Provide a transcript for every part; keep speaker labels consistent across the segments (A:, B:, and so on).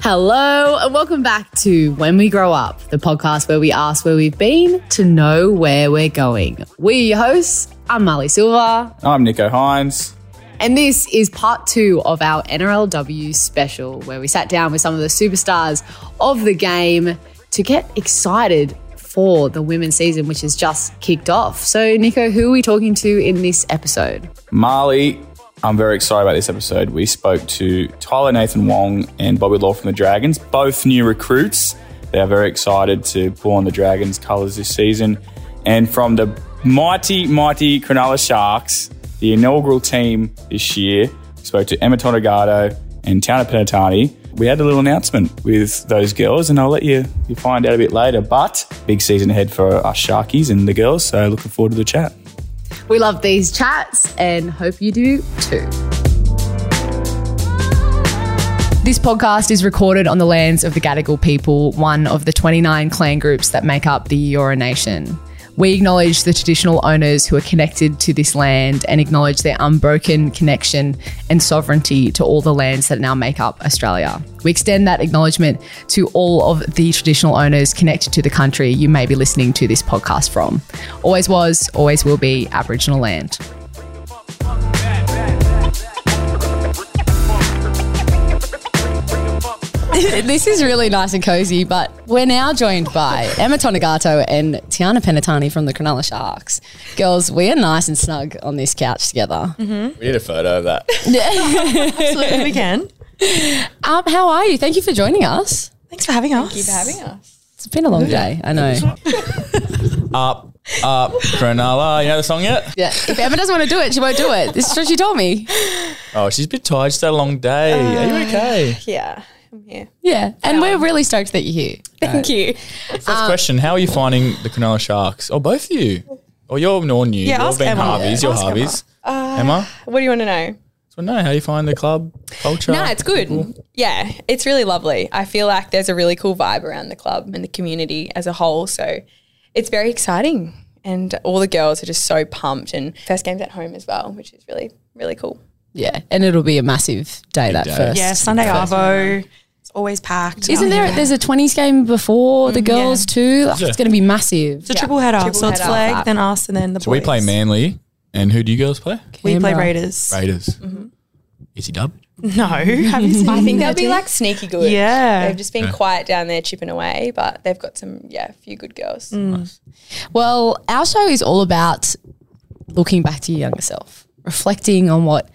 A: Hello, and welcome back to When We Grow Up, the podcast where we ask where we've been to know where we're going. We're your hosts. I'm Marley Silva,
B: I'm Nico Hines.
A: and this is part two of our NRLW special, where we sat down with some of the superstars of the game to get excited for the women's season, which has just kicked off. So, Nico, who are we talking to in this episode?
B: Marley, I'm very excited about this episode. We spoke to Tyler Nathan Wong and Bobby Law from the Dragons, both new recruits. They are very excited to pull on the Dragons' colours this season. And from the mighty, mighty Cronulla Sharks, the inaugural team this year, we spoke to Emma Tonegado and Tana Penatani. We had a little announcement with those girls, and I'll let you, you find out a bit later. But big season ahead for us Sharkies and the girls, so looking forward to the chat.
A: We love these chats and hope you do too. This podcast is recorded on the lands of the Gadigal people, one of the 29 clan groups that make up the Eora Nation. We acknowledge the traditional owners who are connected to this land and acknowledge their unbroken connection and sovereignty to all the lands that now make up Australia. We extend that acknowledgement to all of the traditional owners connected to the country you may be listening to this podcast from. Always was, always will be Aboriginal land. this is really nice and cozy, but we're now joined by Emma Tonagato and Tiana Penatani from the Cronulla Sharks. Girls, we are nice and snug on this couch together.
C: We need a photo of that.
D: Absolutely, we can.
A: Um, how are you? Thank you for joining us.
D: Thanks for having us. Thank you for
E: having us.
A: It's been a long day, I know.
C: up, up, Cronulla. You know the song yet?
A: Yeah. If Emma doesn't want to do it, she won't do it. This is what she told me.
C: Oh, she's a bit tired. She's had a long day. Are
D: Uh,
C: you okay?
E: Yeah, I'm here.
A: Yeah. And we're really stoked that you're here.
E: Thank you.
C: First question: How are you finding the Cronulla Sharks? Oh, both of you. Oh, you're no new.
D: Yeah,
C: you're
D: ask
C: being
D: Emma. Uh,
C: Harveys.
D: Yeah,
C: You're
D: ask
C: Harveys. Emma.
E: What do you want to know?
C: So no, how you find the club culture?
E: No, it's good. Yeah, it's really lovely. I feel like there's a really cool vibe around the club and the community as a whole. So it's very exciting. And all the girls are just so pumped. And first game's at home as well, which is really, really cool.
A: Yeah. And it'll be a massive day, that
C: day.
A: first.
D: Yeah, Sunday Arvo. It's always packed. Um,
A: Isn't there? There's a 20s game before the girls too. Like, It's going to be massive.
D: It's a triple header.
E: Triple
D: so it's
E: header.
D: flag, then us, and then the
C: So
D: boys.
C: we play Manly, and who do you girls play?
D: We play
A: Canberra.
D: Raiders.
C: Raiders. Is he Mm-hmm. dub?
D: No. Have you seen
E: I think they'll be like sneaky good.
D: Yeah.
E: They've just been quiet down there chipping away, but they've got some, yeah, a few good girls.
A: Well, our show is all about looking back to your younger self, reflecting on what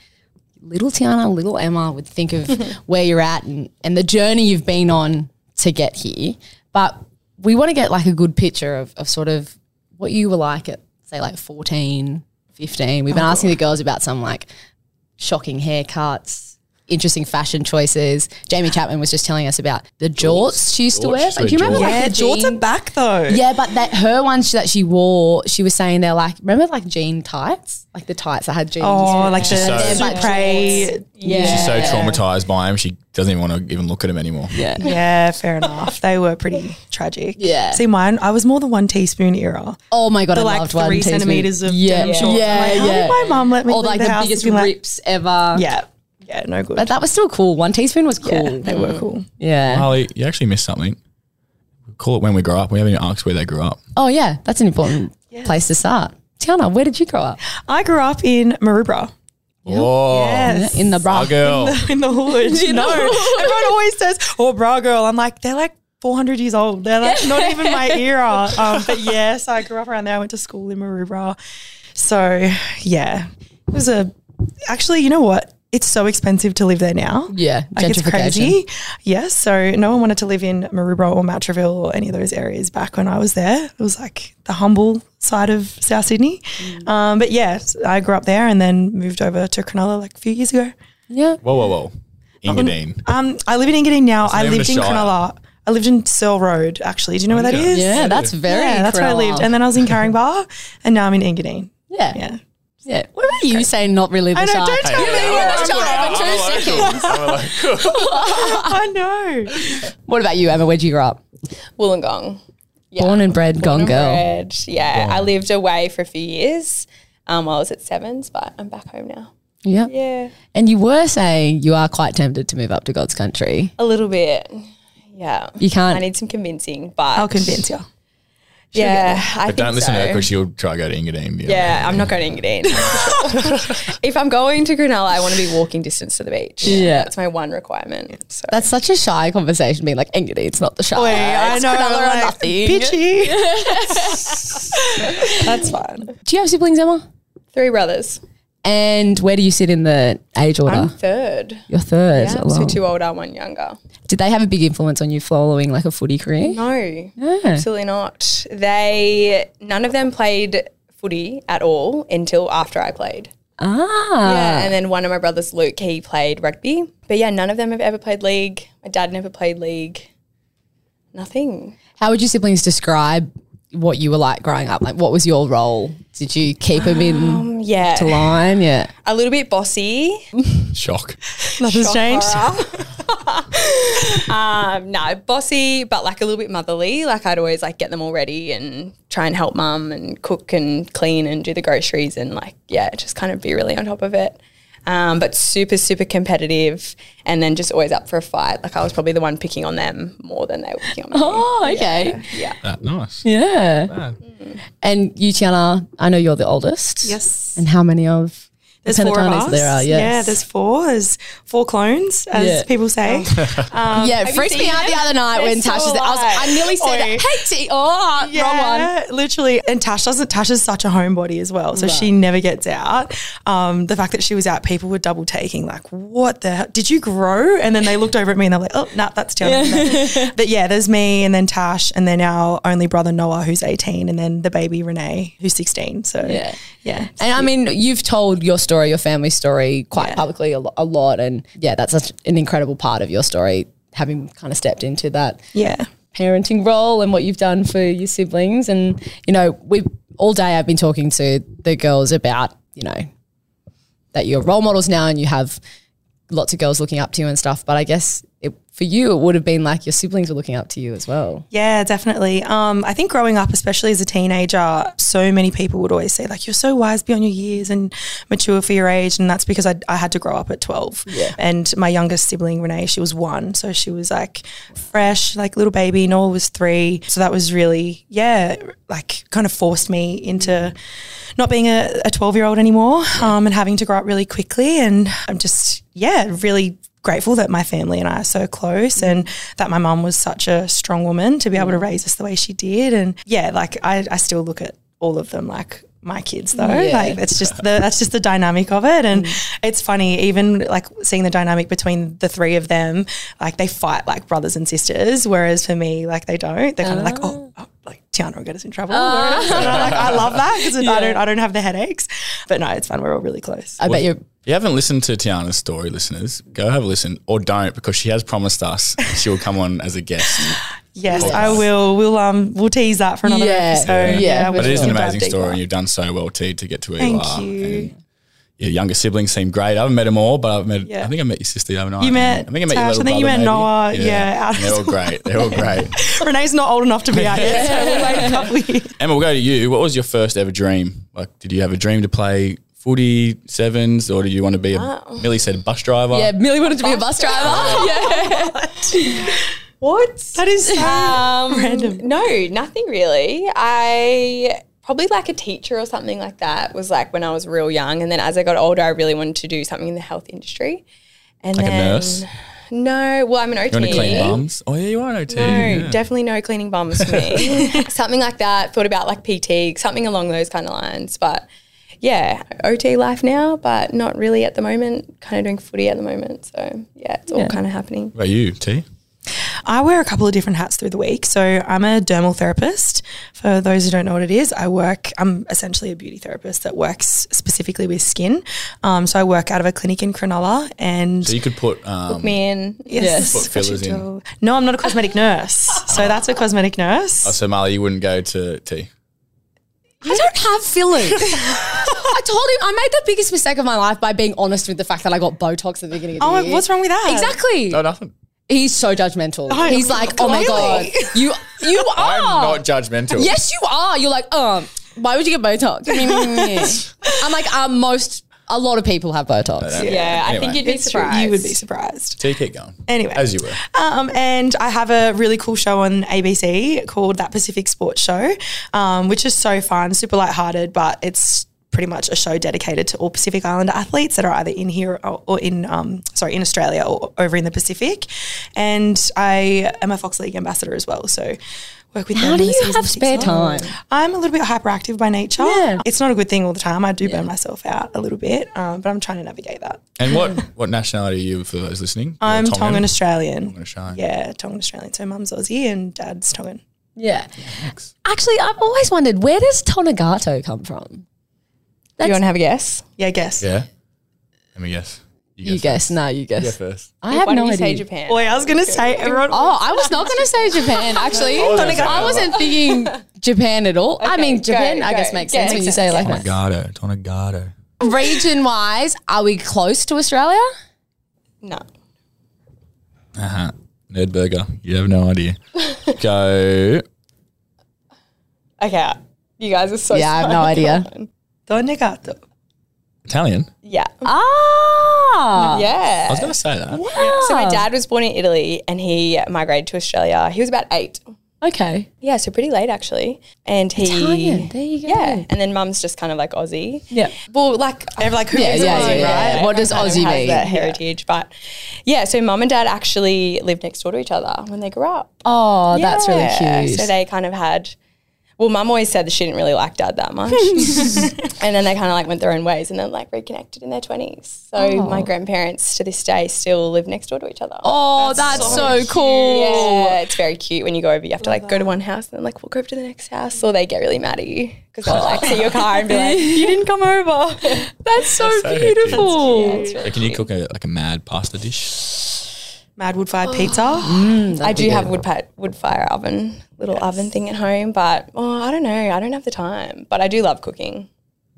A: little Tiana, little Emma would think of where you're at and, and the journey you've been on to get here. But we want to get like a good picture of, of sort of what you were like at, say, like 14, 15. We've been asking the girls about some like shocking haircuts. Interesting fashion choices. Jamie Chapman was just telling us about the jorts she used to
C: Jorts.
A: wear.
C: She
A: Like, do you
C: wore
A: remember?
D: Yeah,
A: like the
D: Jorts
A: jean-
D: are back though.
A: yeah, but that her ones that she wore, she was saying they're like remember like jean tights, like the tights that had jeans.
D: Oh, like the
C: so-
D: so
A: But
D: Supre.
C: She's
A: yeah,
C: so traumatized by him. She doesn't even want to even look at him anymore. Yeah.
D: Yeah, fair enough. They were pretty tragic.
A: Yeah.
D: See, mine, I was more the one teaspoon era.
A: oh my god,
D: The
A: I
D: like
A: loved one
D: three
A: teaspoon.
D: centimeters of
A: yeah,
D: damn
A: yeah,
D: shorts.
A: yeah,
D: I'm like, How did my mum let me
A: or
D: leave
A: like
D: the,
A: the,
D: house
A: biggest
D: and be like-
A: rips ever.
D: Yeah. Yeah, no good.
A: but that was still cool. One teaspoon was cool. Yeah,
D: they were cool.
C: Harley, you actually missed something. We call it when we grow up. We haven't even asked where they grew up.
A: Oh yeah, that's an important place to start. Tiana, where did you grow up?
D: I grew up in Maroubra.
C: Oh,
D: Yes.
A: In the bra.
C: our girl.
D: in the hood. no, everyone always says, "Oh, bra girl." I'm like, they're like 400 years old. They're like not even my era. Um, but yes, I grew up around there. I went to school in Maroubra, so yeah, it was a. Actually, you know what? It's so expensive to live there now.
A: Yeah,
D: Like it's crazy. Yes. So no one wanted to live in Maroubra or Mount Treville or any of those areas back when I was there. It was like the humble side of South Sydney.
A: Mm.
D: Um, but yeah, I grew up there and then moved over to Cronulla like a few years ago.
A: Yeah,
C: Whoa, whoa, whoa. Ingadine.
D: Um, I live in Engadine now. I
C: not even
D: lived
C: a
D: in
C: shire.
D: Cronulla. I lived in Searle Road, actually. Do you know where that
C: Okay.
D: is?
A: yeah, that's very.
D: Yeah, that's where I lived. And then I was in Caringbar, and now I'm in Engadine.
A: yeah, yeah,
D: Yeah.
A: What about you saying not really the
D: I know,
A: shark?
D: don't tell
A: You
D: me.
A: really were the shark for two seconds.
D: I know.
A: What about you, Emma? Where'd you grow up?
E: Wollongong.
A: Born and bred, gone girl.
E: Bread. Yeah, I lived away for a few years um, while I was at Sevens, but I'm back home now.
A: Yeah.
E: Yeah.
A: And you were saying you are quite tempted to move up to God's country.
E: A little bit. Yeah.
A: You can't-
E: I need some convincing, but
D: I'll convince you.
E: Yeah. I
C: But don't
E: think
C: listen
E: so.
C: to her because she'll try to go to Engadine.
E: Yeah, I'm not going to Engadine. if I'm going to Cronulla, I want to be walking distance to the beach.
A: Yeah.
E: That's my one requirement. So
A: That's such a shy conversation, being like, Engedi, it's not the shy.
D: Wait, I
A: it's
D: know.
A: Cronulla or
D: like,
A: nothing.
D: Bitchy. That's fine.
A: Do you have siblings, Emma?
E: three brothers.
A: And where do you sit in the age order?
E: I'm third.
A: You're third.
E: Yeah,
A: along.
E: so two older, one younger.
A: Did they have a big influence on you following like a footy career?
E: No,
A: Yeah.
E: absolutely not. They none of them played footy at all until after I played.
A: Ah.
E: Yeah, and then one of my brothers, Luke, he played rugby. But yeah, none of them have ever played league. My dad never played league. Nothing.
A: How would your siblings describe what you were like growing up? Like, what was your role? Did you keep them in
E: Yeah,
A: to line? Yeah.
E: a little bit bossy.
C: Shock.
D: Nothing's changed.
E: um, no, bossy, but like a little bit motherly. Like I'd always like get them all ready and try and help mum and cook and clean and do the groceries and like yeah, just kind of be really on top of it. Um, but super, super competitive, and then just always up for a fight. Like I was probably the one picking on them more than they were picking on me.
A: Oh, okay.
E: Yeah,
C: Ah, nice.
A: Yeah.
C: Ah,
A: And you, Tiana, I know you're the oldest.
D: Yes.
A: And how many of
D: There's
A: the
D: four of
A: Pentatonics
D: us.
A: there are? Yes.
D: Yeah, there's four. There's four clones, as
A: Yeah.
D: people say.
A: yeah, it freaked me
E: seen
A: out the other night when
E: so
A: Tash was there. I, was,
E: alive.
A: I nearly said,
D: Oi.
A: that. "Hey, T, oh, wrong one."
D: Yeah, literally. And Tash doesn't. Tash is such a homebody as well, so she never gets out. Um, the fact that she was out, people were double taking, like, "What the? Hell? Did you grow?" And then they looked over at me and they're like, "Oh, nah, that's down." there." but yeah, there's me and then Tash, and then our only brother Noah, who's 18, and then the baby Renee, who's 16. So
A: Yeah.
D: yeah.
A: And I mean, you've told your story, your family story, quite publicly a, lo- a lot, and yeah, that's such an incredible part of your story. Having kind of stepped into that
D: yeah.
A: parenting role and what you've done for your siblings. And, you know, we all day I've been talking to the girls about, you know, that you're role models now and you have lots of girls looking up to you and stuff. But I guess it, for you, it would have been like your siblings were looking up to you as well.
D: Yeah, definitely. Um, I think growing up, especially as a teenager, so many people would always say, like, you're so wise beyond your years and mature for your age. And that's because I, I had to grow up at 12. Yeah. And my youngest sibling, Renee, she was one. So she was like fresh, like little baby. Noah was three. So that was really, yeah, like kind of forced me into not being a, a 12 year old anymore um, and having to grow up really quickly. And I'm just, yeah, really grateful that my family and I are so close and that my mum was such a strong woman to be able to raise us the way she did. And yeah, like I, I still look at all of them like my kids though. Like that's just the that's just the dynamic of it. And it's funny, even like seeing the dynamic between the three of them, like they fight like brothers and sisters, whereas for me, like they don't. They're kind of like, oh, oh, like Tiana will get us in trouble. Whereas- and I, like, I love that because I don't I don't have the headaches. But no, it's fun. We're all really close.
A: I bet you're.
C: If you haven't listened to Tiana's story, listeners, go have a listen or don't because she has promised us she will come on as a guest.
D: Yes, I will. We'll um we'll tease that for another
A: Yeah,
D: episode.
A: yeah,
D: we'll
A: for
C: But it is an
D: deep dive
C: amazing
D: deeper.
C: story and you've done so well, T, to get to where
D: Thank
C: you are.
D: you.
C: And your younger siblings seem great. I haven't met them all, but I've met,
D: Yeah.
C: I think I met your sister the other night.
D: You met
C: I think I met your
D: Tash,
C: little
D: I think you
C: brother
D: met
C: maybe.
D: Noah, yeah, out of
C: They're all
D: school.
C: great. They're all great.
D: Renee's not old enough to be out yet, so we'll wait a couple of years.
C: Emma, we'll go to you. What was your first ever dream? Like, did you have a dream to play footy, sevens, or did you want to be a,
D: Uh,
C: Millie said, bus driver?
A: Yeah, Millie wanted to be a bus driver. yeah.
E: what?
D: That is so
E: Um,
D: Random.
E: No, nothing really. I probably like a teacher or something like that was like when I was real young, and then as I got older, I really wanted to do something in the health industry. And
C: Like a
E: then,
C: nurse?
E: No, well, I'm an OT.
C: You want to clean bums? Oh, yeah, you are an OT.
E: No,
C: yeah.
E: definitely no cleaning bums for me. something like that. Thought about like PT, something along those kind of lines. But yeah, OT life now, but not really at the moment. Kind of doing footy at the moment. So yeah, it's all kind of happening.
C: What about you, T?
D: I wear a couple of different hats through the week. So I'm a dermal therapist. For those who don't know what it is, I work, I'm essentially a beauty therapist that works specifically with skin. Um, so I work out of a clinic in Cronulla and
C: So you could put um,
E: Me and
D: Yes,
C: Put fillers in.
D: do. No, I'm not a cosmetic nurse. So that's a cosmetic nurse.
C: So Marley, you wouldn't go to T.
A: I don't have fillers. I told him I made the biggest mistake of my life by being honest with the fact that I got Botox at the beginning of the
D: Oh,
A: year.
D: what's wrong with that?
A: Exactly.
C: No, nothing.
A: He's so judgmental.
D: Oh,
A: He's like, oh my god,
D: clearly.
A: you you
D: Oh!
A: are.
C: I'm not judgmental.
A: Yes, you are. You're like, um, why would you get Botox? I'm like, um, most a lot of people have Botox.
E: Yeah, I think
C: Anyway.
E: you'd be
D: It's true.
E: surprised.
D: You would be surprised.
C: So you keep going.
D: Anyway.
C: As you were.
D: Um, and I have a really cool show on ABC called That Pacific Sports Show, um, which is so fun, super lighthearted, but it's pretty much a show dedicated to all Pacific Islander athletes that are either in here or, or in, um, sorry, in Australia or over in the Pacific. And I am a Fox League ambassador as well, so work with them.
A: How
D: in
A: do
D: the
A: you
D: season
A: have
D: six
A: spare time?
D: role. I'm a little bit hyperactive by nature.
A: Yeah.
D: It's not a good thing all the time. I do burn myself out a little bit, um, but I'm trying to navigate that.
C: And what, what nationality are you for those listening?
D: I'm
C: You're
D: Tongan Australian.
C: Australian.
D: Yeah, Tongan Australian. So mum's Aussie and dad's Tongan.
A: Yeah. Actually, I've always wondered where does Tonagato come from?
E: Do you want to have a guess?
D: Yeah, I guess.
C: Yeah. Let me guess.
A: You, guess. No, you
C: You go
A: guess.
C: first.
A: I have
E: Why
A: no
E: don't you
A: idea.
E: say Japan?
D: Boy, I was gonna say everyone.
A: Oh, I was not going to say Japan, actually.
C: was gonna say
A: I wasn't thinking Japan at all. I
E: Okay,
A: mean, Japan,
E: go,
A: I guess,
E: go.
A: makes
E: Yeah,
A: sense when you
E: makes
A: say it
C: Oh
A: like that.
C: Tonagato. Tonagato.
A: Region wise, are we close to Australia?
E: No.
C: Uh huh. Nerd burger. You have no idea. Go.
E: Okay. uh, You guys are so
A: Yeah, I have
E: smart.
A: no idea.
E: Come on.
D: Donne gato.
C: Italian.
E: Yeah.
A: Ah.
E: Yeah.
C: I was going to say that.
E: So my dad was born in Italy and he migrated to Australia. He was about eight.
A: Okay.
E: Yeah, so pretty late actually. And he
A: Italian. There you go.
E: Yeah. And then mum's just kind of like Aussie.
A: Yeah.
E: Well, like
D: Ever like who
A: Yeah,
D: is
A: yeah,
D: Aussie,
A: yeah, yeah.
D: right?
A: What does
E: kind of
A: Aussie
E: has
A: mean?
E: That heritage, but yeah. So mum and dad actually lived next door to each other when they grew up.
A: Oh, that's really
E: Yeah.
A: cute.
E: So they kind of had. Well, mum always said that she didn't really like dad that much, and then they kind of like went their own ways, and then like reconnected in their twenties. So my grandparents to this day still live next door to each other.
A: oh, that's, so, cool.
E: Yeah, it's very cute when you go over. You have to like go to one house and then like walk over to the next house, or they get really mad at you because they'll like see your car and be like, "You didn't come over."
A: That's so,
C: so
A: beautiful.
E: Yeah, it's really
C: Can you cook a, like a mad pasta dish?
D: Mad wood fired pizza.
E: I do have a wood, pa- wood fire oven, little oven thing at home, but oh, I don't know. I don't have the time, but I do love cooking.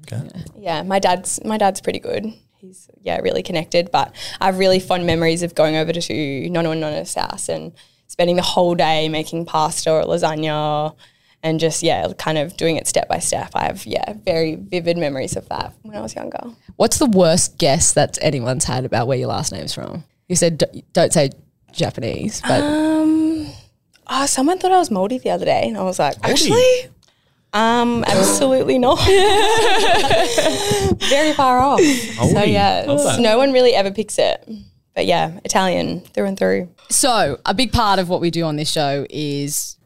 C: Okay.
E: Yeah, my dad's my dad's pretty good. He's yeah, really connected, but I have really fond memories of going over to Nonna and Nonna's house and spending the whole day making pasta or lasagna and just yeah, kind of doing it step by step. I have yeah, very vivid memories of that when I was younger.
A: What's the worst guess that anyone's had about where your last name's from? You said d- don't say Japanese, but
E: Oh, someone thought I was moldy the other day and I was like, actually
C: Really?
E: Um, absolutely not. Very far off. So yeah, it's- no one really ever picks it. But yeah, Italian through and through.
A: So, a big part of what we do on this show is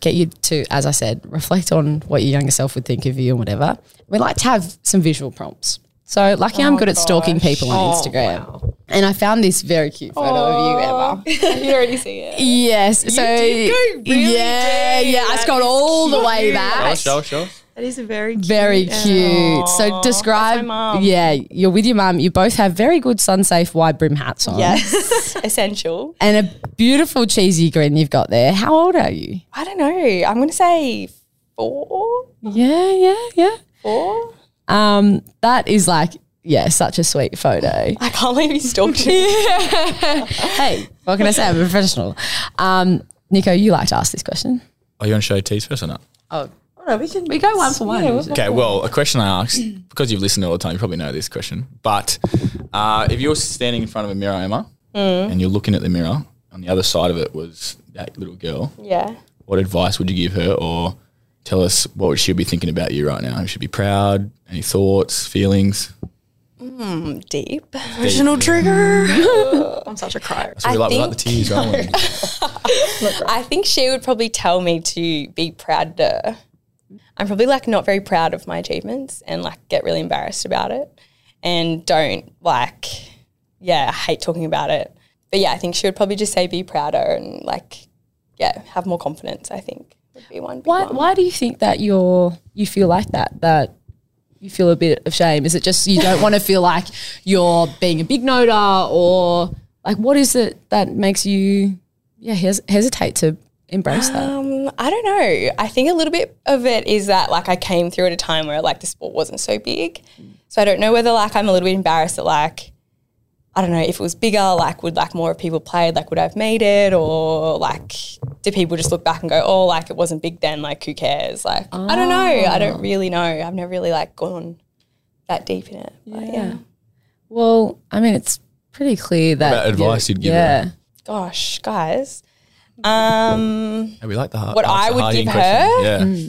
A: get you to, as I said, reflect on what your younger self would think of you and whatever. We like to have some visual prompts. So, lucky I'm good at stalking people on Instagram. And I found this very cute photo of you, Emma.
E: you already see it.
A: Yes. so, yeah, yeah. I scrolled all the way back.
C: Show, show.
D: That is a very cute.
A: Very cute. So, describe.
E: mum.
A: Yeah, you're with your mum. You both have very good sun safe wide brim hats on.
E: Yes, essential.
A: And a beautiful cheesy grin you've got there. How old are you?
E: I don't know. I'm gonna say four,
A: Yeah, yeah, yeah.
E: four.
A: Um, that is like, yeah, such a sweet photo.
E: I can't believe you stalked me.
A: hey, what can I say? I'm a professional. Um, Nico, you like to ask this question.
C: Are you on show T's first or not?
A: We go one for one.
C: Okay, well, a question I asked because you've listened all the time, you probably know this question. But uh, if you're standing in front of a mirror, Emma,
A: Mm.
C: and you're looking at the mirror, on the other side of it was that little girl.
E: yeah.
C: What advice would you give her, or tell us what would she be thinking about you right now? Should be proud. Any thoughts, feelings?
E: Um, Deep.
D: Original trigger. I'm such a crier.
C: So we
E: I
C: like, we like the
E: think-
C: tears rolling.
E: I think she would probably tell me to be prouder. I'm probably like not very proud of my achievements and like get really embarrassed about it and don't like, yeah, I hate talking about it. But yeah, I think she would probably just say be prouder and like, yeah, have more confidence. I think would be one. Big
A: Why,
E: one.
A: why do you think that you're, you feel like that, that you feel a bit of shame? Is it just you don't want to feel like you're being a big noter or like what is it that makes you, yeah, hes- hesitate to embrace that?
C: Uh,
E: Um, I don't know. I think a little bit of it is that like I came through at a time where like the sport wasn't so big, so I don't know whether like I'm a little bit embarrassed that like I don't know if it was bigger, like would like more people played, like would I've made it, or like do people just look back and go, oh, like it wasn't big then, like who cares? Like I don't know. I don't really know. I've never really like gone that deep in it. But yeah.
A: Well, I mean, it's pretty clear that
C: about advice you'd give
A: Yeah,
E: Gosh, guys. Um,
C: Hey, we like the hard.
E: What
C: that's
E: I
C: the
E: would
C: Harding
E: give
C: question.
E: her? Hmm.
C: Yeah.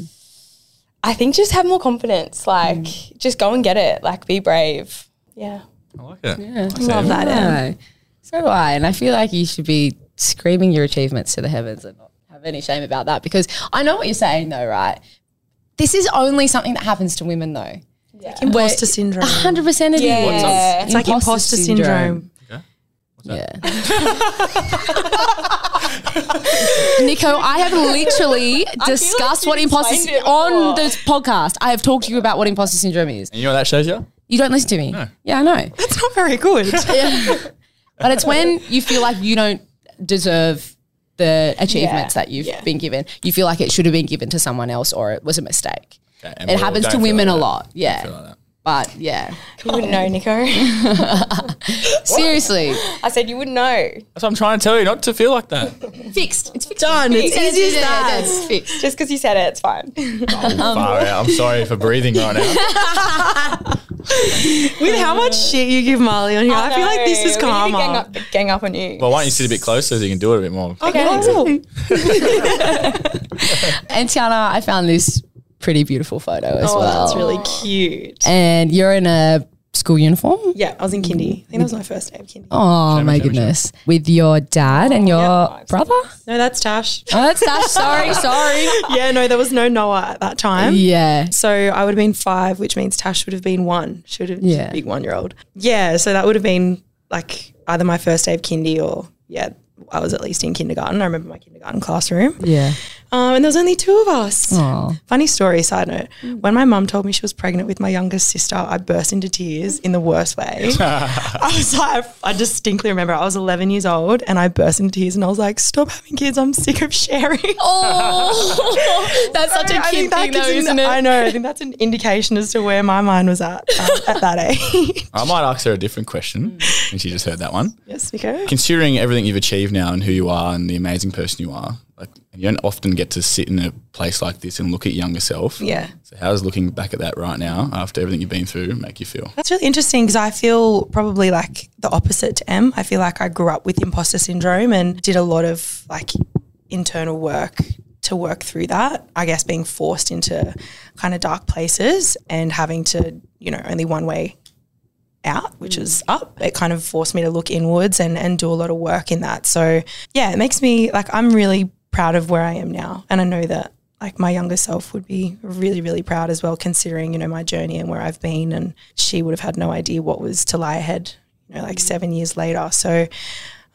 E: I think just have more confidence. Like, just go and get it. Like, be brave. Yeah.
C: I like it.
A: yeah.
E: Love that.
A: Yeah. So do I, and I feel like you should be screaming your achievements to the heavens and not have any shame about that because I know what you're saying though, right? This is only something that happens to women though.
D: Imposter syndrome.
A: Hundred percent of
E: Yeah.
A: you.
E: What's up?
D: It's like imposter syndrome.
A: Yeah. Nico, I have literally discussed
E: you
A: what imposter
E: explained it
A: on
E: before.
A: this podcast. I have talked to you about what imposter syndrome is.
C: And you know what that shows you?
A: You don't listen to me.
C: No.
A: Yeah, I know.
D: That's not very good.
A: But it's when you feel like you don't deserve the achievements
E: Yeah,
A: that you've
E: yeah.
A: been given. You feel like it should have been given to someone else or it was a mistake.
C: Okay, and
A: It
C: we
A: happens
C: don't
A: to
C: feel
A: women
C: like
A: a
C: that.
A: lot. Yeah.
C: Feel like that.
A: But yeah.
E: You wouldn't
F: Oh.
E: know, Nico.
A: Seriously.
E: I said you wouldn't know.
C: That's what I'm trying to tell you, not to feel like that.
A: fixed. It's fixed.
D: Done. It's
A: Yeah,
D: easy as
A: yeah,
D: that.
A: That's fixed.
E: Just because you said it, it's fine. Um,
C: Far out. I'm sorry for breathing right now.
D: With how much shit you give Marley on here, I, feel like this is
E: No, we need to Gang
D: karma.
E: up, gang up on you.
C: Well, why don't you sit a bit closer so you can do it a bit more?
D: Okay.
A: And Tiana, I found this pretty beautiful photo as
E: Oh,
A: well.
E: that's really
D: Cute.
A: and you're in a school uniform.
D: Yeah, I was in kindy. I think that was my first day of kindy.
A: Oh my goodness. With your dad and your
E: yeah.
A: brother? Oh,
D: No, that's Tash.
A: that's Dash. Sorry, sorry.
D: yeah, no, there was no Noah at that time.
A: Yeah.
D: So I would have been five, which means Tash would have been one. She would have
A: Yeah.
D: yeah. big one year old. Yeah, so that would have been like either my first day of kindy or yeah, I was at least in kindergarten. I remember my kindergarten classroom.
A: Yeah.
D: Um, and there was only two of us.
A: Oh.
D: Funny story, side note. When my mum told me she was pregnant with my youngest sister, I burst into tears in the worst way. I was like, I distinctly remember I was 11 years old and I burst into tears and I was like, stop having kids. I'm sick of sharing.
A: Oh, that's such a
D: I
A: cute
D: think
A: thing,
D: that
A: though,
D: gives
A: isn't
D: an-
A: it?
D: I know. I think that's an indication as to where my mind was at um, at that age.
C: I might ask her a different question, and she just heard that one.
D: yes, Nico.
C: Considering everything you've achieved now and who you are and the amazing person you are, like you don't often get to sit in a place like this and look at younger self.
D: Yeah.
C: So how does looking back at that right now, after everything you've been through, make you feel?
D: That's really interesting because I feel probably like the opposite to M. I feel like I grew up with imposter syndrome and did a lot of like internal work to work through that. I guess being forced into kind of dark places and having to, you know, only one way out, which is up. It kind of forced me to look inwards and and do a lot of work in that. So yeah, it makes me like I'm really proud of where I am now, and I know that like my younger self would be really really proud as well, considering you know my journey and where I've been, and she would have had no idea what was to lie ahead. You know, like seven years later. So.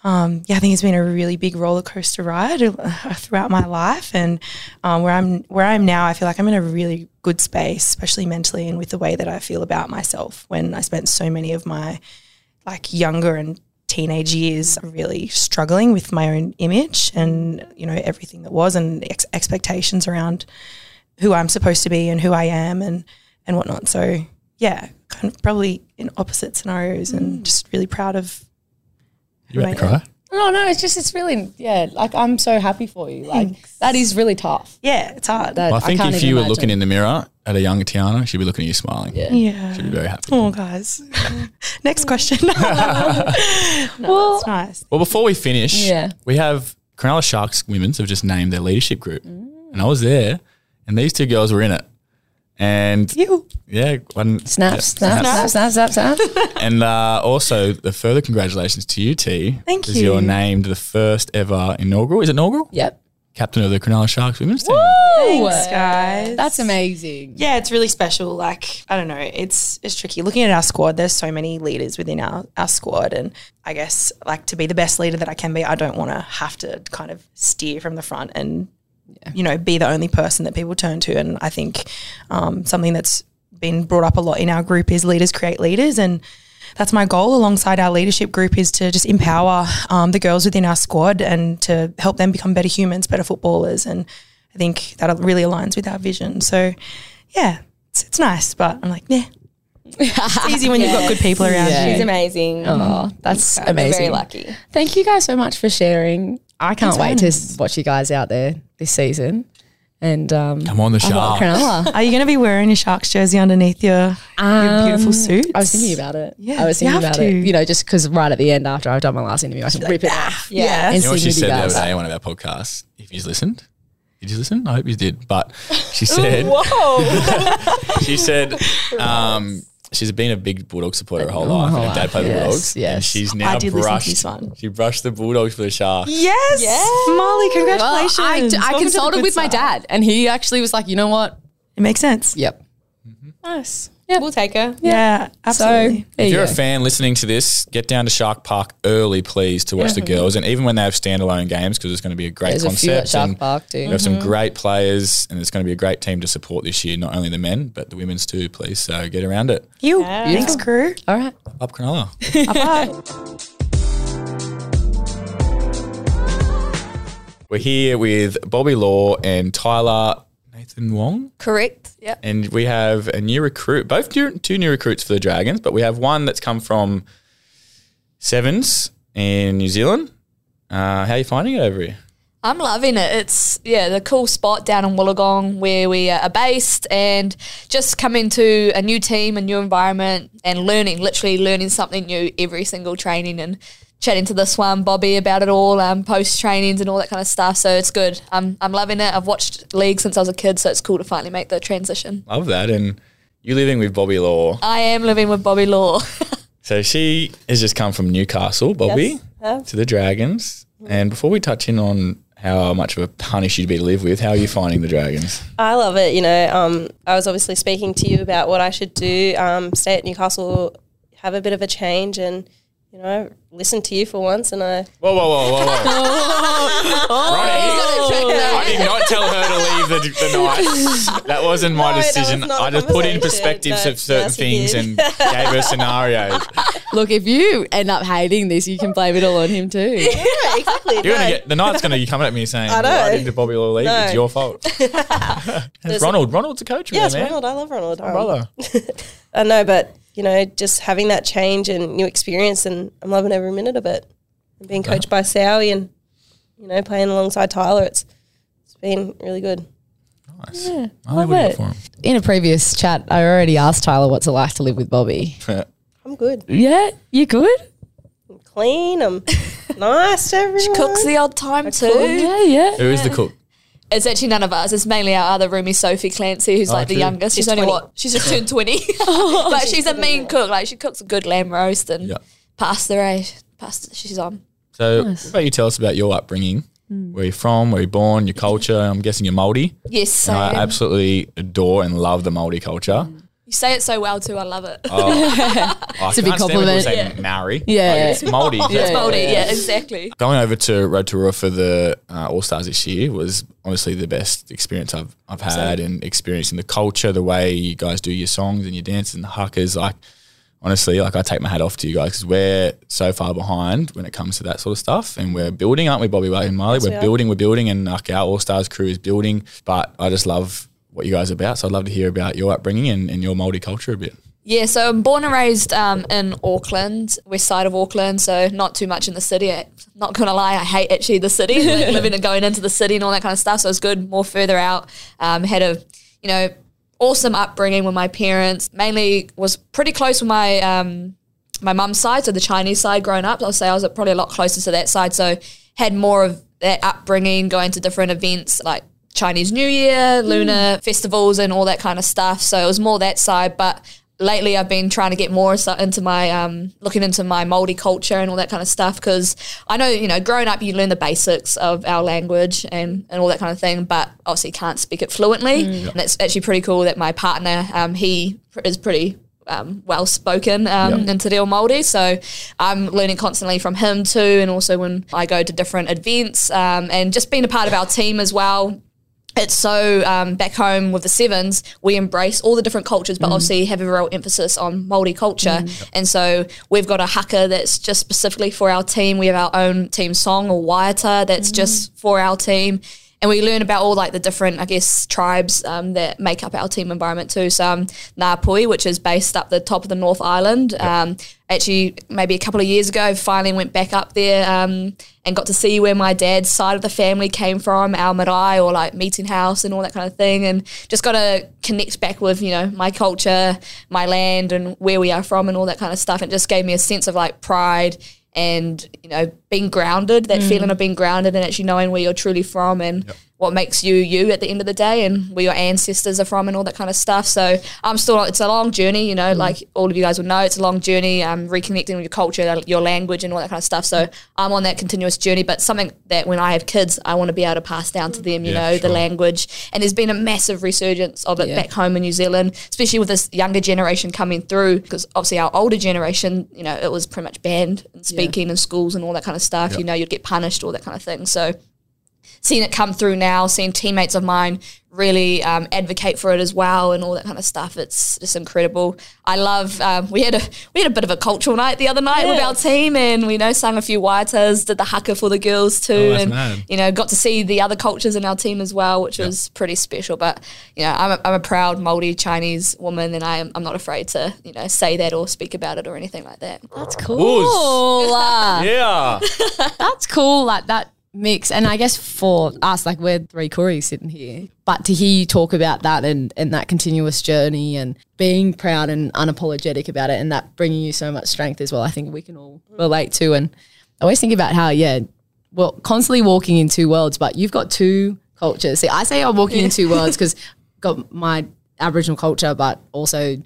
D: Um, yeah, I think it's been a really big roller coaster ride uh, throughout my life, and um, where I'm where I'm now, I feel like I'm in a really good space, especially mentally and with the way that I feel about myself. When I spent so many of my like younger and teenage years really struggling with my own image and you know everything that was and ex- expectations around who I'm supposed to be and who I am and and whatnot. So yeah, kind of probably in opposite scenarios, and just really proud of.
C: You about to
D: Right.
C: cry?
A: No, no, it's just, it's really, yeah, like I'm so happy for you. Like, that is really tough.
D: Yeah, it's hard.
A: That
C: Well, I think
A: can't
C: if
A: even
C: you were
A: imagine.
C: looking in the mirror at a young Tiana, she'd be looking at you smiling. Yeah.
D: yeah.
C: She'd be very happy.
D: Oh, guys. Next question. no, that's nice.
C: Well, before we finish,
A: Yeah.
C: we have Cronulla Sharks women's have just named their leadership group. And I was there, and these two girls were in it. And
D: You.
C: yeah, one
A: Snap, snap, snap, snap, snap, snap.
C: And uh, also, the further congratulations to you, T.
D: Thank
C: As you're
D: you.
C: named the first ever inaugural. Is it inaugural?
A: yep.
C: Captain of the Cronulla Sharks women's team.
D: Thanks, guys.
A: That's amazing.
D: yeah, it's really special. Like, I don't know, it's it's tricky. Looking at our squad, there's so many leaders within our, our squad. And I guess like to be the best leader that I can be, I don't want to have to kind of steer from the front and you know, be the only person that people turn to. And I think um, something that's been brought up a lot in our group is leaders create leaders. And that's my goal alongside our leadership group is to just empower um, the girls within our squad and to help them become better humans, better footballers. And I think that really aligns with our vision. So, yeah, it's, it's nice, but I'm like, nah. it's easy when you've got good people around
A: Yeah.
D: you.
E: She's amazing.
A: Oh, that's
E: We're
A: amazing.
E: very lucky.
A: Thank you guys so much for sharing. I can't wait to watch you guys out there this season. And um,
C: Come on, the
A: I got
C: shark.
A: Cronulla.
D: Are you going to be wearing your Sharks jersey underneath your, your beautiful suit?
A: Um, I was thinking about it.
D: Yeah,
A: I was
D: you
A: thinking
D: have
A: about it.
D: to. "Ah,
A: You know, just because right at the end, after I've done my last interview, I can rip it off.
E: Yeah.
A: And
C: You know what
A: sing with
C: she
A: you
C: said the other
A: guys.
C: day in one of our podcasts? If you listened, did you listen? I hope you did. But she said,
E: Whoa.
C: she said, um, she's been a big Bulldog supporter her whole life.
A: whole
C: and her dad
A: life,
C: played the
A: yes,
C: Bulldogs.
A: yes.
C: And she's now
D: I did listen to
C: brushed.
D: this one.
C: She brushed the Bulldogs for the Sharks.
D: Yes. Molly,
A: Well,
D: congratulations.
A: I,
D: Welcome to
A: I
D: the
A: consulted
D: good
A: with my
D: side.
A: dad, and he actually was like, you know what?
D: It makes sense.
A: Yep.
E: nice. We'll take her.
D: Yeah, absolutely.
A: So there
C: If
A: you
C: you're a
A: go.
C: fan listening to this, get down to Shark Park early, please, to watch the girls. And even when they have standalone games, because it's going to be a great
A: There's a
C: concept.
A: few at Shark
C: and
A: Park Mm-hmm.
C: We
A: too.
C: have some great players, and it's going to be a great team to support this year, not only the men, but the women's too, please. So get around it.
D: you.
A: Beautiful.
D: Thanks, crew.
A: All right.
C: Up Cronulla.
D: Bye.
C: We're here with Bobby Law and Tyler Nathan Wong.
G: Correct. Yep.
C: And we have a new recruit, both new, two new recruits for the Dragons, but we have one that's come from Sevens in New Zealand. Uh, how are you finding it over here?
G: I'm loving it. It's yeah, the cool spot down in Wollongong where we are based, and just coming to a new team, a new environment, and learning, literally learning something new every single training, and chatting to this one Bobby about it all, um, post trainings and all that kind of stuff. So it's good. I'm I'm loving it. I've watched league since I was a kid, so it's cool to finally make the transition.
C: Love that. And you living with Bobby Law.
G: I am living with Bobby Law.
C: So she has just come from Newcastle, Bobby, to the Dragons. And before we touch in on how much of a punish you'd be to live with, how are you finding the Dragons?
F: I love it. You know, um, I was obviously speaking to you about what I should do. Um, stay at Newcastle, have a bit of a change, and you know, listen to you for once. And I
C: Whoa, whoa, whoa, whoa, whoa.
E: Oh.
C: I did not tell her to leave the, the night. That wasn't my
F: No, that
C: decision.
F: was not a
C: I just put in
F: conversation.
C: perspectives
F: No,
C: of certain
F: yes, you
C: things
F: did.
C: and gave her scenarios.
A: Look, if you end up hating this, you can blame it all on him too.
F: yeah, exactly.
C: You're gonna get the night's gonna be coming at me saying,
F: know.
C: "Why did Bobby Law leave?
F: No.
C: It's your fault." It's Ronald, Ronald's a coach,
F: yes,
C: man.
F: Ronald. I love Ronald. Um,
C: Brother.
F: I know, but you know, just having that change and new experience, and I'm loving every minute of it. And being coached by Sowie and you know playing alongside Tyler, it's it's been really good.
C: Nice. I would
A: it. In a previous chat, I already asked Tyler what's it like to live with Bobby.
C: for him.
F: I'm good.
A: Yeah, you good?
F: I'm clean. I'm nice. to Everyone.
G: Cooks the odd time too.
A: Yeah, yeah.
C: Who is the cook?
G: It's actually none of us. It's mainly our other roomie, Sophie Clancy, who's like the
C: Oh, true.
G: youngest. She's, only
F: 20.
G: what? She's just turned 20. but she's, a mean cook. Like, she cooks a good lamb roast and
C: Yeah.
G: pasta, eh? Pasta, she's on.
C: So, what about you tell us about your upbringing,
F: Mm.
C: where you're from, where you're born, your culture. I'm guessing you're Māori.
G: Yes, so
C: And I absolutely adore and love the Māori culture.
F: Mm.
G: you say it so well too. I love it.
C: Oh, it's
A: a big compliment.
C: Say Maori.
A: Yeah.
C: Like, it's Māori.
G: it's
C: yeah.
G: moldy. Yeah, exactly.
C: Going over to Road to Rua for the uh, All Stars this year was honestly the best experience I've I've had, and experiencing the culture, the way you guys do your songs and your dances and the huckers. Like honestly, like I take my hat off to you guys because we're so far behind when it comes to that sort of stuff, and we're building, aren't we, Bobby Wade and Marley? we're building, we're building, and like our All Stars crew is building. But I just love what you guys are about, so I'd love to hear about your upbringing and, and your Māori culture a bit.
G: Yeah, so I'm born and raised um, in Auckland, west side of Auckland, so not too much in the city. I- Not gonna lie, I hate actually the city, like living and going into the city and all that kind of stuff. So it's good more further out. Um, had a, you know, awesome upbringing with my parents. Mainly was pretty close with my um, my mum's side, so the Chinese side growing up, I'll say I was probably a lot closer to that side. So had more of that upbringing, going to different events like Chinese New Year, Lunar festivals, and all that kind of stuff. So it was more that side, but. Lately, I've been trying to get more so- into my um, looking into my Maori culture and all that kind of stuff because I know you know growing up you learn the basics of our language and, and all that kind of thing, but obviously can't speak it fluently. And it's actually pretty cool that my partner um, he pr- is pretty um, well spoken um, in Te Reo Māori. So I'm learning constantly from him too, and also when I go to different events um, and just being a part of our team as well. It's so um, back home with the sevens, we embrace all the different cultures, but obviously have a real emphasis on Māori culture. And so we've got a haka that's just specifically for our team. We have our own team song or waiata that's just for our team. and we learn about all like the different, I guess, tribes um, that make up our team environment too. So um, Napui, which is based up the top of the North Island, um, actually maybe a couple of years ago, finally went back up there um, and got to see where my dad's side of the family came from, our marae or like meeting house and all that kind of thing, and just got to connect back with you know my culture, my land, and where we are from, and all that kind of stuff. It just gave me a sense of like pride and you know being grounded that feeling of being grounded and actually knowing where you're truly from and what makes you you at the end of the day and where your ancestors are from and all that kind of stuff so i'm still it's a long journey you know like all of you guys will know it's a long journey um, reconnecting with your culture your language and all that kind of stuff so i'm on that continuous journey but something that when i have kids i want to be able to pass down to them you
C: Yeah,
G: know the
C: sure.
G: language and there's been a massive resurgence of it back home in new zealand especially with this younger generation coming through because obviously our older generation you know it was pretty much banned and speaking in schools and all that kind of stuff you know you'd get punished all that kind of thing so seeing it come through now, seeing teammates of mine really um, advocate for it as well, and all that kind of stuff. It's just incredible. I love. Um, we had a we had a bit of a cultural night the other night with our team, and we you know sang a few waitas, did the haka for the girls too,
C: Oh, that's
G: and
C: mad.
G: you know got to see the other cultures in our team as well, which was pretty special. But you know, I'm a, I'm a proud Māori Chinese woman, and I am, I'm not afraid to you know say that or speak about it or anything like that.
A: That's cool. uh,
C: Yeah.
A: That's cool. Like that mix. And I guess for us, like we're three Corys sitting here, but to hear you talk about that and, and that continuous journey and being proud and unapologetic about it and that bringing you so much strength as well, I think we can all relate to. And I always think about how, yeah, well, constantly walking in two worlds, but you've got two cultures. See, I say I'm walking in two worlds because got my Aboriginal culture, but also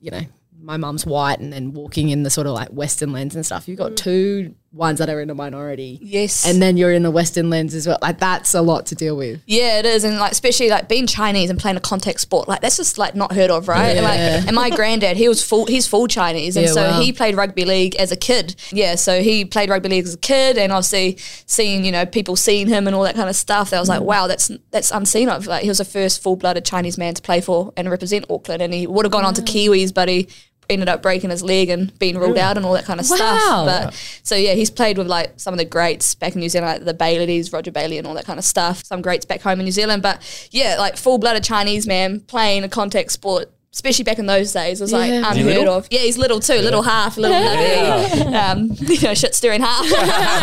A: you know, my mum's white and then walking in the sort of like Western lens and stuff. You've got two ones that are in a minority.
G: Yes.
A: And then you're in the Western lens as well. Like that's a lot to deal with.
G: Yeah, it is, and like especially like being Chinese and playing a contact sport, like that's just like not heard of, right? And, like, and my granddad, he was full, he's full Chinese, and
A: Yeah,
G: so
A: wow.
G: he played rugby league as a kid. Yeah, so he played rugby league as a kid, and obviously seeing you know people seeing him and all that kind of stuff, that was
A: Mm.
G: like wow, that's that's unseen of. Like he was the first full blooded Chinese man to play for and represent Auckland, and he would have gone on to Kiwis, but he ended up breaking his leg and being ruled out and all that kind of
A: Wow.
G: stuff. But so yeah, he's played with like some of the greats back in New Zealand, like the Baileys, Roger Bailey, and all that kind of stuff. Some greats back home in New Zealand, but yeah, like full-blooded Chinese man playing a contact sport. Especially back in those days, it was like
A: Yeah.
G: unheard of. Yeah, he's little too, little half, little nubby, um, you know, shit stirring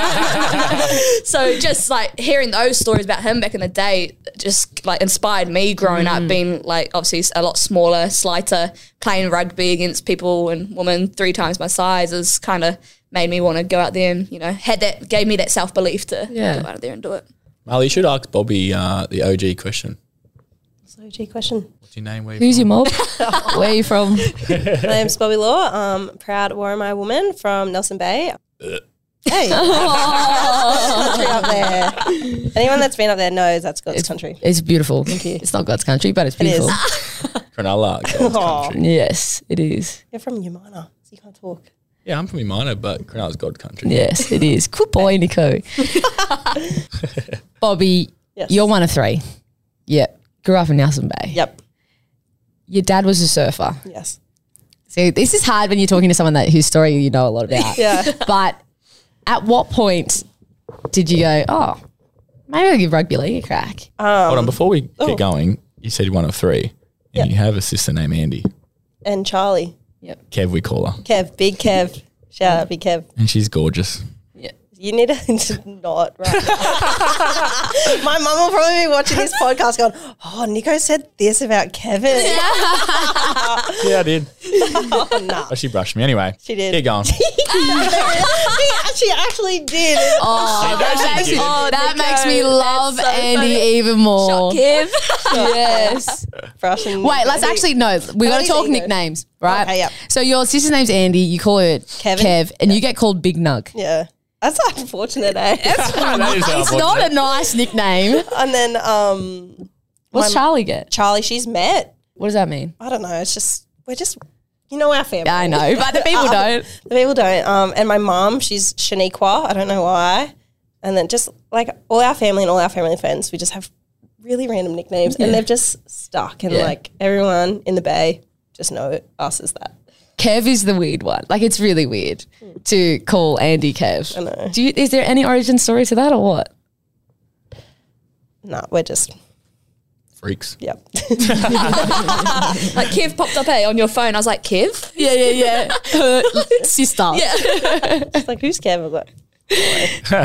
G: half. so just like hearing those stories about him back in the day, just like inspired me growing up,
A: Mm.
G: being like obviously a lot smaller, slighter, playing rugby against people and women three times my size is kind of made me want to go out there and you know had that gave me that self belief to
A: Yeah.
G: go out there and do it.
C: Marley, you should ask Bobby uh, the OG question.
F: So, G question.
C: What's your name? Where you
A: Who's
C: from?
A: your mob? Where are you from?
F: My name's Bobby Law. Um, proud Warramai woman from Nelson Bay. Hey, country up there. Anyone that's been up there knows that's God's country.
A: It's beautiful. Thank you. It's not God's country, but it's
F: is.
A: beautiful.
C: Cronulla. God's
F: Aw.
C: country.
A: Yes, it is.
F: You're from Umana, so you can't talk.
C: Yeah, I'm from Minor, but Cronulla's God country.
A: Yes, it is. Good boy, Nico. Bobby,
F: Yes.
A: you're one of three. Yep. Grew up in Nelson Bay.
F: Yep.
A: Your dad was a surfer.
F: Yes.
A: So this is hard when you're talking to someone that whose story you know a lot about.
F: Yeah.
A: But at what point did you go, oh, maybe I'll give rugby league a crack?
C: Hold on, before we get going, you said one of three, and you have a sister named Andy.
F: And Charlie,
C: Kev, we call her,
F: Kev, big Kev. Shout out, big Kev.
C: and she's gorgeous.
F: You need to not right. now. My mum will probably be watching this podcast going, "Oh, Nico said this about Kevin."
C: Yeah, I did.
F: Oh, nah.
C: But she brushed me anyway.
F: She did.
C: Keep going.
F: she actually did.
A: Oh, that makes, me, that makes me love
G: so
A: Andy even more.
G: Kev.
A: Yes.
F: Brushing
A: Wait, let's actually no. We got to
F: is
A: talk
F: ego.
A: nicknames, right?
F: Okay, yep.
A: So your sister's name's Andy. You call her
F: Kevin.
A: Kev, and you get called Big Nug.
F: Yeah. That's unfortunate, eh?
C: That is
A: It's not a nice nickname.
F: and then um
A: What's Charlie get?
F: Charlie, she's met.
A: What does that mean?
F: I don't know. It's just we're just you know our family. Um,
A: I know, but the people don't.
F: The people don't. Um, and my mom, she's Shaniqua. I don't know why. And then just like all our family and all our family friends, we just have really random nicknames, and they've just stuck. And like everyone in the bay just know it, us as that.
A: Kev is the weird one. Like it's really weird to call Andy Kev.
F: know.
A: Do you, is there any origin story to that or what?
E: nah, we're just
C: Freaks.
E: yep.
G: Like Kev popped up eh, on your phone. I was like, Kev?
A: Yeah, yeah, yeah. Her sister. Yeah.
E: It's like who's Kevin? Like,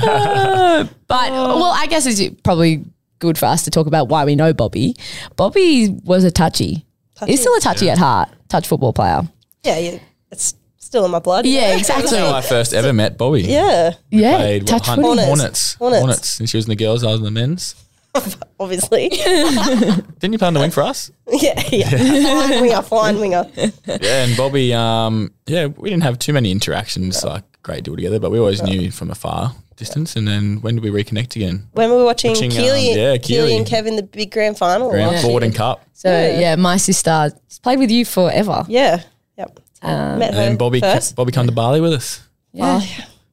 A: But well, I guess it's probably good for us to talk about why we know Bobby. Bobby was a touchy. He's still a touchy at heart, touch football player.
E: yeah, yeah, it's still in my blood. you
A: Yeah,
E: know?
A: exactly.
C: When I first ever met Bobby.
E: Yeah,
A: yeah,
C: Played what,
A: touch
C: Hun-
A: footy.
E: Hornets.
C: Hornets.
E: Hornets.
C: And she was in the girls, I was in the men's.
E: obviously.
C: Didn't you play on the wing for us?
E: yeah, yeah. Flying winger, flying winger.
C: Yeah, and Bobby, um, yeah, we didn't have too many interactions, like great deal together, but we always knew from afar distance. And then when did we reconnect again?
E: When we were watching,
C: Watching, um,
E: Keely,
C: yeah,
E: Keely, and
C: Keely.
E: Kevin the big grand final.
C: Around
E: last
C: Ford and
E: year.
C: Cup.
A: So yeah. my sister she's played with you forever.
E: Yeah, yep.
A: Um,
E: Met
C: And then
E: her
C: Bobby,
E: first.
C: Bobby come to Bali with us.
A: Yeah.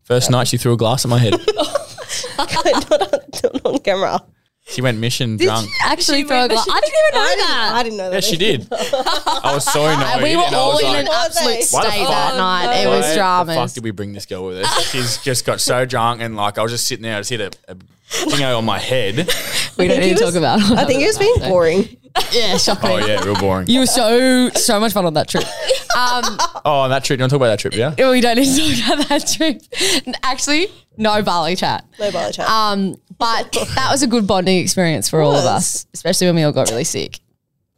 C: First night, she threw a glass at my head.
E: not, on, not on camera.
C: She went mission drunk.
A: Actually, throw a glass. I didn't even know
E: I didn't,
A: that.
E: I didn't know that.
C: Yeah, she did. I was so annoyed.
A: we were
C: and I
A: all
C: was
A: in
C: like,
A: an
E: Why
A: absolute
E: the
A: state
C: fuck?
A: that night. It
C: Why
A: was
C: The fuck
A: dramas.
C: did we bring this girl with us? She's just got so drunk, and like I was just sitting there, I just hit a, a dingo on my head.
A: We don't need to talk about.
E: I think it was being boring.
A: yeah, shocking.
C: Oh yeah, real boring.
A: You were so so much fun on that trip. Um,
C: Oh, and that trip. You want to talk about that trip? Yeah.
A: we don't need to talk about that trip. Actually, no Bali chat.
E: No bother chat.
A: Um, but that was a good bonding experience for all of us, especially when we all got really sick,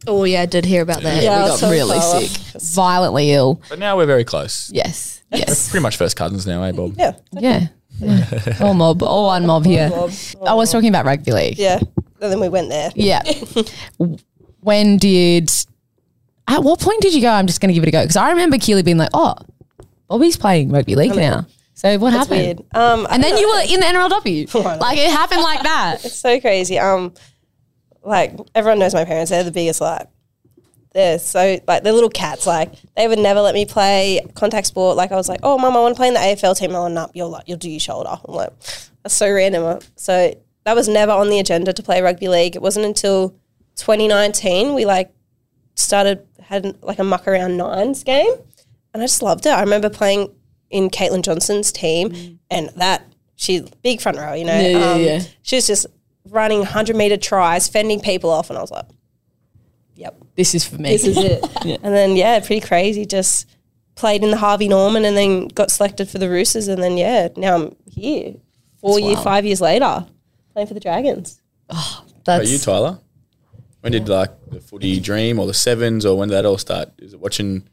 G: Oh, yeah, I did hear about that.
E: Yeah,
A: we
E: I was
A: got
E: so
A: really
E: far
A: sick. violently ill.
C: But now we're very close.
A: Yes, yes,
C: Pretty much first cousins now, eh, Bob?
E: yeah,
A: yeah. yeah. All mob, all one mob here.
E: Bob.
A: I was talking about rugby league.
E: Yeah. And then we went there.
A: Yeah. when did, at what point did you go, I'm just going to give it a go? Because I remember Keely being like, oh, Bobby's playing rugby league now. So what
E: That's
A: happened?
E: weird. Um,
A: And then you were in the NRLW. like it happened like that.
E: It's so crazy. Um, like everyone knows my parents. They're the biggest like. They're so like they're little cats. Like they would never let me play contact sport. Like I was like, oh mum, I want to play in the AFL team. Oh, no, you'll like you'll do your shoulder. I'm like, that's so random. Uh, So that was never on the agenda to play rugby league. It wasn't until 2019 we like started had like a muck around nines game, and I just loved it. I remember playing in Caitlin Johnson's team, and that she's big front row. You know, um, she was just running 100 meter tries, fending people off, and I was like, yep,
A: This is for me.
E: this is it. And then, yeah, pretty crazy. Just played in the Harvey Norman and then got selected for the Roosters. And then, yeah, now I'm here four year, five years later playing for the Dragons.
C: But you,
A: That's,
C: Tyler, when did like the footy dream or the sevens or when did that all start? Is it watching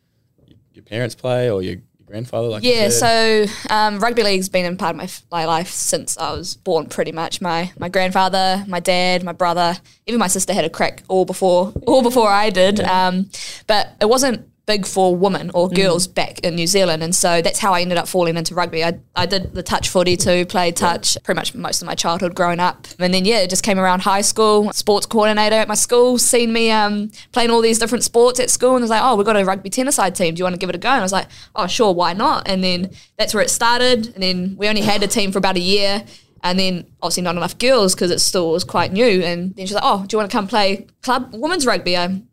C: your parents play or your grandfather? Like you
G: Yeah,
C: said?
G: so um, rugby league's been in part of my, f- my life since I was born, pretty much. My my grandfather, my dad, my brother, even my sister had a crack all before all before I did. Um, but it wasn't big for women or girls back in New Zealand, and so that's how I ended up falling into rugby. I, I did the touch footy too, played touch pretty much most of my childhood growing up, and then yeah, it just came around high school. Sports coordinator at my school seen me um, playing all these different sports at school, and was like, "Oh, we've got a rugby tennis side team. Do you want to give it a go?" And I was like, "Oh, sure, why not?" And then that's where it started. And then we only had a team for about a year, and then obviously not enough girls because it still was quite new. And then she's like, "Oh, do you want to come play club women's rugby?" Um,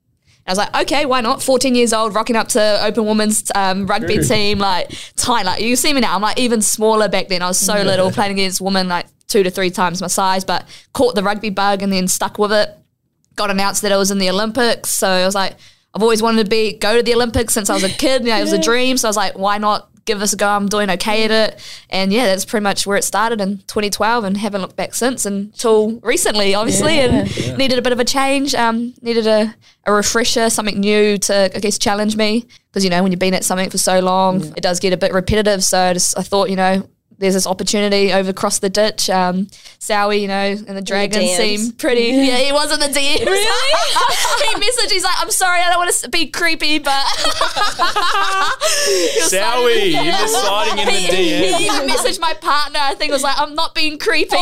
G: I was like, okay, why not? 14 years old, rocking up to open women's um, rugby team, like tiny, like you see me now. I'm like even smaller back then. I was so little, playing against women like two to three times my size, but caught the rugby bug and then stuck with it. Got announced that I was in the Olympics, so I was like, I've always wanted to be go to the Olympics since I was a kid. You know, it was a dream, so I was like, why not give this a go? I'm doing okay at it, and yeah, that's pretty much where it started in 2012, and haven't looked back since until recently, obviously, and needed a bit of a change. Um, needed a a refresher, something new to, I guess, challenge me. Because, you know, when you've been at something for so long, it does get a bit repetitive. So I, just, I thought, you know, there's this opportunity over across the ditch. Um, Sowie, you know, and the Dragons
E: DMs.
G: seem pretty. Yeah, he was in the DMs. Really? he messaged, he's like, I'm sorry, I don't want to be creepy, but.
C: Sowie, you're just sliding in the
G: he
C: DM.
G: even messaged my partner, I think, was like, I'm not being creepy.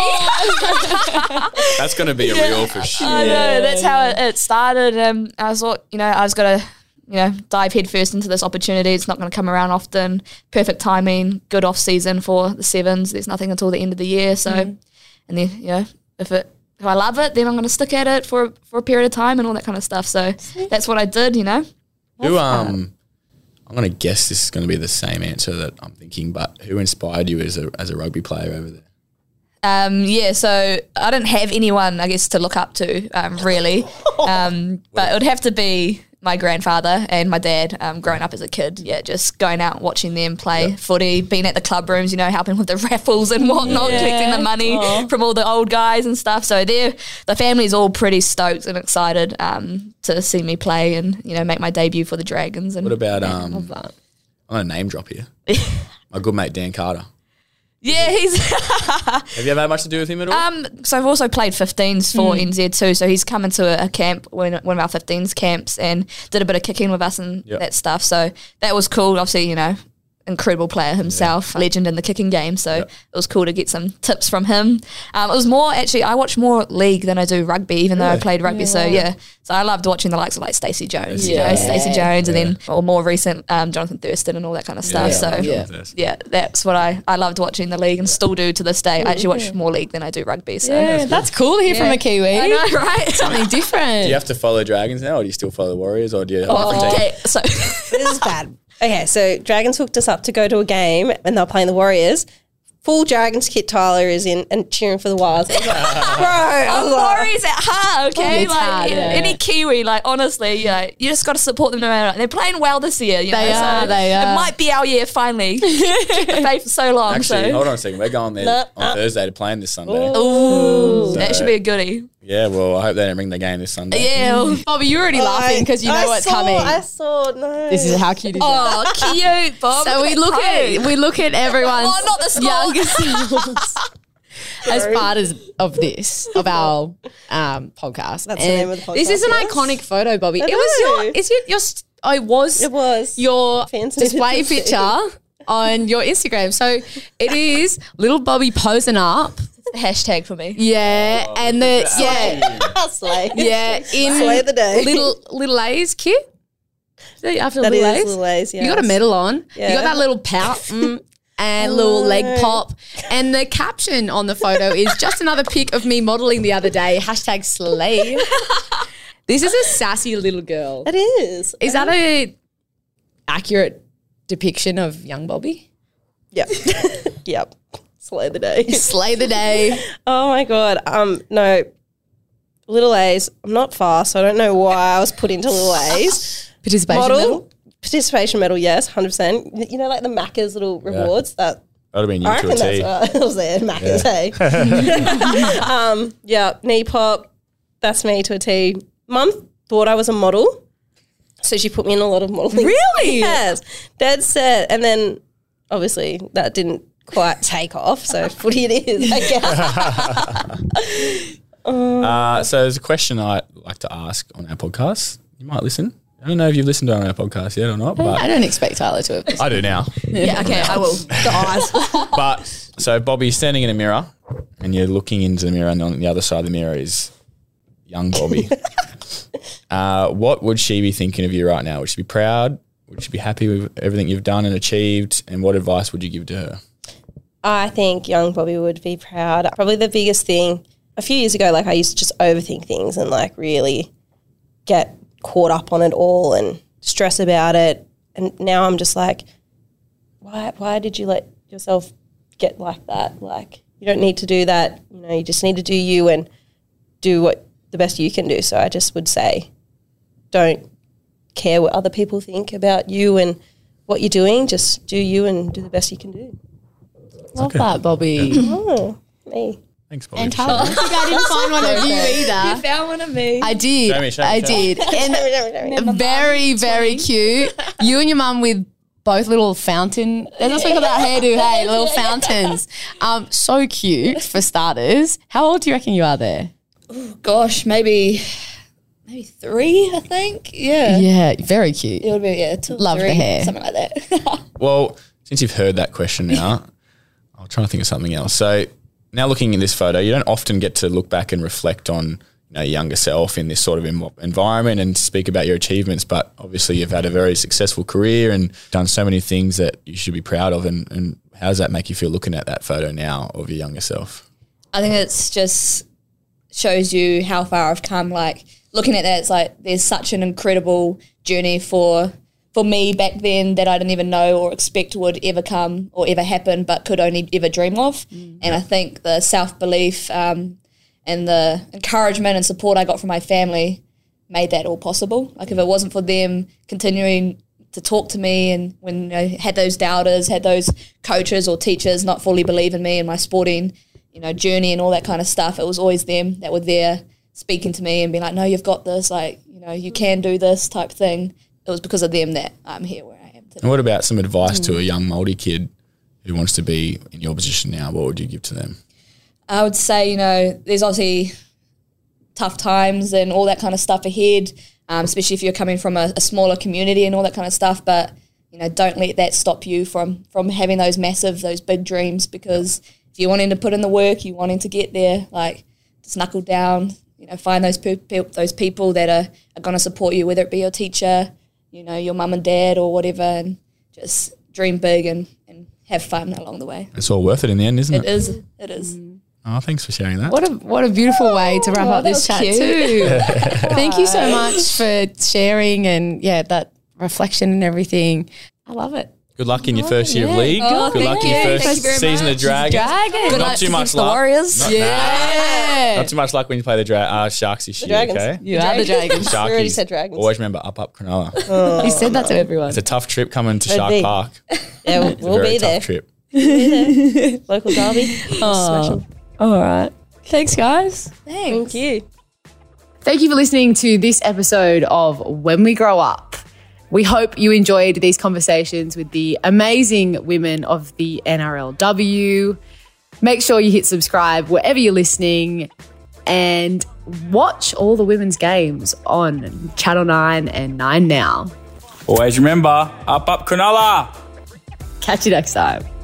C: That's going to be a real for sure.
G: Oh, I know that's how it, it started. Um, I thought, you know, I was gonna, you know, dive headfirst into this opportunity. It's not gonna come around often. Perfect timing, good off season for the sevens. There's nothing until the end of the year, so, and then you know, if it if I love it, then I'm gonna stick at it for for a period of time and all that kind of stuff. So that's what I did, you know.
C: Who um, I'm going to guess this is going to be the same answer that I'm thinking, but who inspired you as a as a rugby player over there?
G: Um, yeah, so I didn't have anyone, I guess, to look up to um, really, um, but it would have to be my grandfather and my dad. Um, growing up as a kid, yeah, just going out watching them play footy, being at the club rooms, you know, helping with the raffles and whatnot, collecting the money from all the old guys and stuff. So they're the family's all pretty stoked and excited um, to see me play and you know make my debut for the Dragons. And
C: What about um? I'm gonna name drop here. My good mate Dan Carter.
G: yeah, he's.
C: Have you ever had much to do with him at all?
G: Um, so I've also played 15s for NZ too. So he's come into a, a camp, one one of our 15s camps, and did a bit of kicking with us and
C: Yep.
G: that stuff. So that was cool. Obviously, you know, incredible player himself, legend in the kicking game. So it was cool to get some tips from him. Um, it was more actually, I watch more league than I do rugby, even though I played rugby. So yeah, so I loved watching the likes of like Stacey Jones, you know, Stacey Jones, and then or more recent um, Jonathan Thurston and all that kind of stuff. So
C: Yeah.
G: yeah, that's what I, I loved watching the league and still do to this day. I actually watch more league than I do rugby. So
A: Yeah, that's cool to hear from a Kiwi.
G: I know, right?
A: Something different.
C: Do you have to follow Dragons now, or do you still follow the Warriors, or do you? Oh.
G: Okay, so
E: This is bad. Okay, so Dragons hooked us up to go to a game and they're playing the Warriors. Full Dragons kit Tyler is in and cheering for the Wilds. I was like, Bro, I was like,
G: Warriors at heart, okay?
A: it's
G: like
A: hard,
G: in-
A: yeah,
G: any
A: yeah.
G: Kiwi, like honestly, you, know, you just got to support them no matter. what. They're playing well this year, you
A: They
G: know.
A: are,
G: so
A: they are.
G: It might be our year finally. Keep the faith for so long,
C: Actually,
G: so
C: hold on a second. We're going there on Thursday to play them this Sunday.
G: Ooh,
C: So-
G: that should be a goodie.
C: Yeah, well, I hope they don't ring the game this Sunday.
G: Yeah.
A: Bobby, you're already laughing because you know
E: I
A: what's
E: saw-
A: coming.
E: I saw, no.
A: this is how cute is that?
G: Oh, cute, Bob.
A: So
G: Look
A: we
G: at
A: look
G: that
A: at
G: coat.
A: we look at everyone's
G: Oh, not the smoke.
A: younger selves as part as, of this of our um, podcast.
E: That's the name of the
A: This is an
E: podcast, yes.
A: iconic photo, Bobby.
E: I
A: it was
E: know.
A: your. It's your. your st- I was.
E: It was.
A: your
E: Fancy
A: display
E: fancy.
A: picture on your Instagram. So it is little Bobby posing up.
G: Hashtag for me.
A: Yeah, and the yeah
E: Slay.
A: yeah in
E: Slay the day.
A: little little A's kit. Is that After
E: That
A: little
E: is
A: A's,
E: Little A's,
A: you got a
E: yes.
A: medal on. You
E: Yeah.
A: got that little pout mm, and little leg pop. And the caption on the photo is just another pic of me modeling the other day. Hashtag slay. this is a sassy little girl.
E: It is.
A: Is that a accurate depiction of young Bobby?
E: Yep. yep. Slay the day.
A: Slay the day.
E: Oh my god. Um no. Little A's. I'm not fast, so I don't know why I was put into little A's.
A: Participation
E: Model
A: medal.
E: participation medal, yes, hundred percent. You know, like the Macca's little rewards that
C: That would have been
E: I
C: you to a
E: reckon
C: T. Uh,
E: that's what I was there. Macca's, hey. um, yeah, knee pop. That's me to a T. Mum thought I was a model, so she put me in a lot of modeling.
A: Really?
E: Yes. Dead set. And then obviously that didn't quite take off. So footy it is. I guess.
C: Uh, so there's a question I like to ask on our podcast. You might listen. I don't know if you've listened to it on our podcast yet or not,
A: I
C: but
A: don't expect Tyler to have.
C: I do now.
G: Yeah, okay, I will. The eyes.
C: But so Bobby's standing in a mirror, and you're looking into the mirror, and on the other side of the mirror is young Bobby. uh, what would she be thinking of you right now? Would she be proud? Would she be happy with everything you've done and achieved? And what advice would you give to her?
E: I think young Bobby would be proud. Probably the biggest thing a few years ago, like I used to just overthink things and like really get caught up on it all and stress about it. And now I'm just like, why why did you let yourself get like that? Like you don't need to do that. You know, you just need to do you and do what the best you can do. So I just would say don't care what other people think about you and what you're doing. Just do you and do the best you can do.
A: Love that, Bobby.
E: Oh, me.
C: Thanks, Bobby.
A: and Tyler, I think I didn't find one of you either.
H: Found one of me.
A: I did.
C: Show me, show me,
A: I
C: show me.
A: did. And very, very cute. You and your mum with both little fountain. There's also got that hairdo, hey, little fountains. Um, so cute for starters. How old do you reckon you are there?
G: Gosh, maybe maybe three, I think. Yeah.
A: Yeah, very cute.
G: It would be yeah, two,
A: Love the
G: three,
A: hair.
G: something like that.
C: Well, since you've heard that question now, I'll try to think of something else. So now looking at this photo, you don't often get to look back and reflect on you know, your younger self in this sort of en- environment and speak about your achievements. But obviously, you've had a very successful career and done so many things that you should be proud of. And, and how does that make you feel looking at that photo now of your younger self?
G: I think it's just shows you how far I've come. Like looking at that, it's like there's such an incredible journey for for me back then that I didn't even know or expect would ever come or ever happen, but could only ever dream of. And I think the self belief um, and the encouragement and support I got from my family made that all possible. Like if it wasn't for them continuing to talk to me and when I had those doubters, had those coaches or teachers not fully believe in me and my sporting, you know, journey and all that kind of stuff, it was always them that were there speaking to me and being like, No, you've got this, like, you know, you can do this type thing. It was because of them that I'm here where I am today.
C: And what about some advice to a young Māori kid who wants to be in your position now? What would you give to them?
G: I would say, you know, there's obviously tough times and all that kind of stuff ahead, um, especially if you're coming from a, a smaller community and all that kind of stuff. But you know, don't let that stop you from from having those massive, those big dreams. Because if you're wanting to put in the work, you wanting to get there, like just knuckle down. You know, find those pe- pe- those people that are, are going to support you, whether it be your teacher, you know, your mum and dad, or whatever, and just dream big and, and have fun along the way.
C: It's all worth it in the end, isn't it?
G: It is, it is.
C: Oh, thanks for sharing that.
A: What a what a beautiful way to wrap up
G: Oh, that
A: this
G: was
A: chat
G: cute.
A: too. Thank you so much for sharing and yeah, that reflection and everything. I love it.
B: Good luck in your first year of league.
G: Oh,
B: Good luck in
G: thank
B: your
G: you.
B: first
G: Thank you very
B: season of
G: much.
B: Dragons.
A: Dragon.
G: Good
B: Not
G: luck
B: too much
G: against the
B: luck.
G: Warriors.
A: Yeah.
B: Not too much luck when you play the dra- uh, Sharks this year.
F: Dragons.
B: Okay.
A: You are the dragon.
F: We already
B: Sharkies.
F: said dragons.
C: Always remember up, up, Cronulla. Uh,
A: He said that to everyone.
C: It's a tough trip coming to
F: It'd
C: Shark
F: be.
C: Park.
F: yeah, we'll,
C: It's a
F: we'll
C: very
F: be
C: tough
F: there.
C: trip.
F: Local derby.
A: Oh, all right. Thanks, guys.
F: Thank you.
A: Thank you for listening to this episode of When We Grow Up. We hope you enjoyed these conversations with the amazing women of the NRLW. Make sure you hit subscribe wherever you're listening and watch all the women's games on Channel 9 and 9 Now.
B: Always remember, up, up, Cronulla.
A: Catch you next time.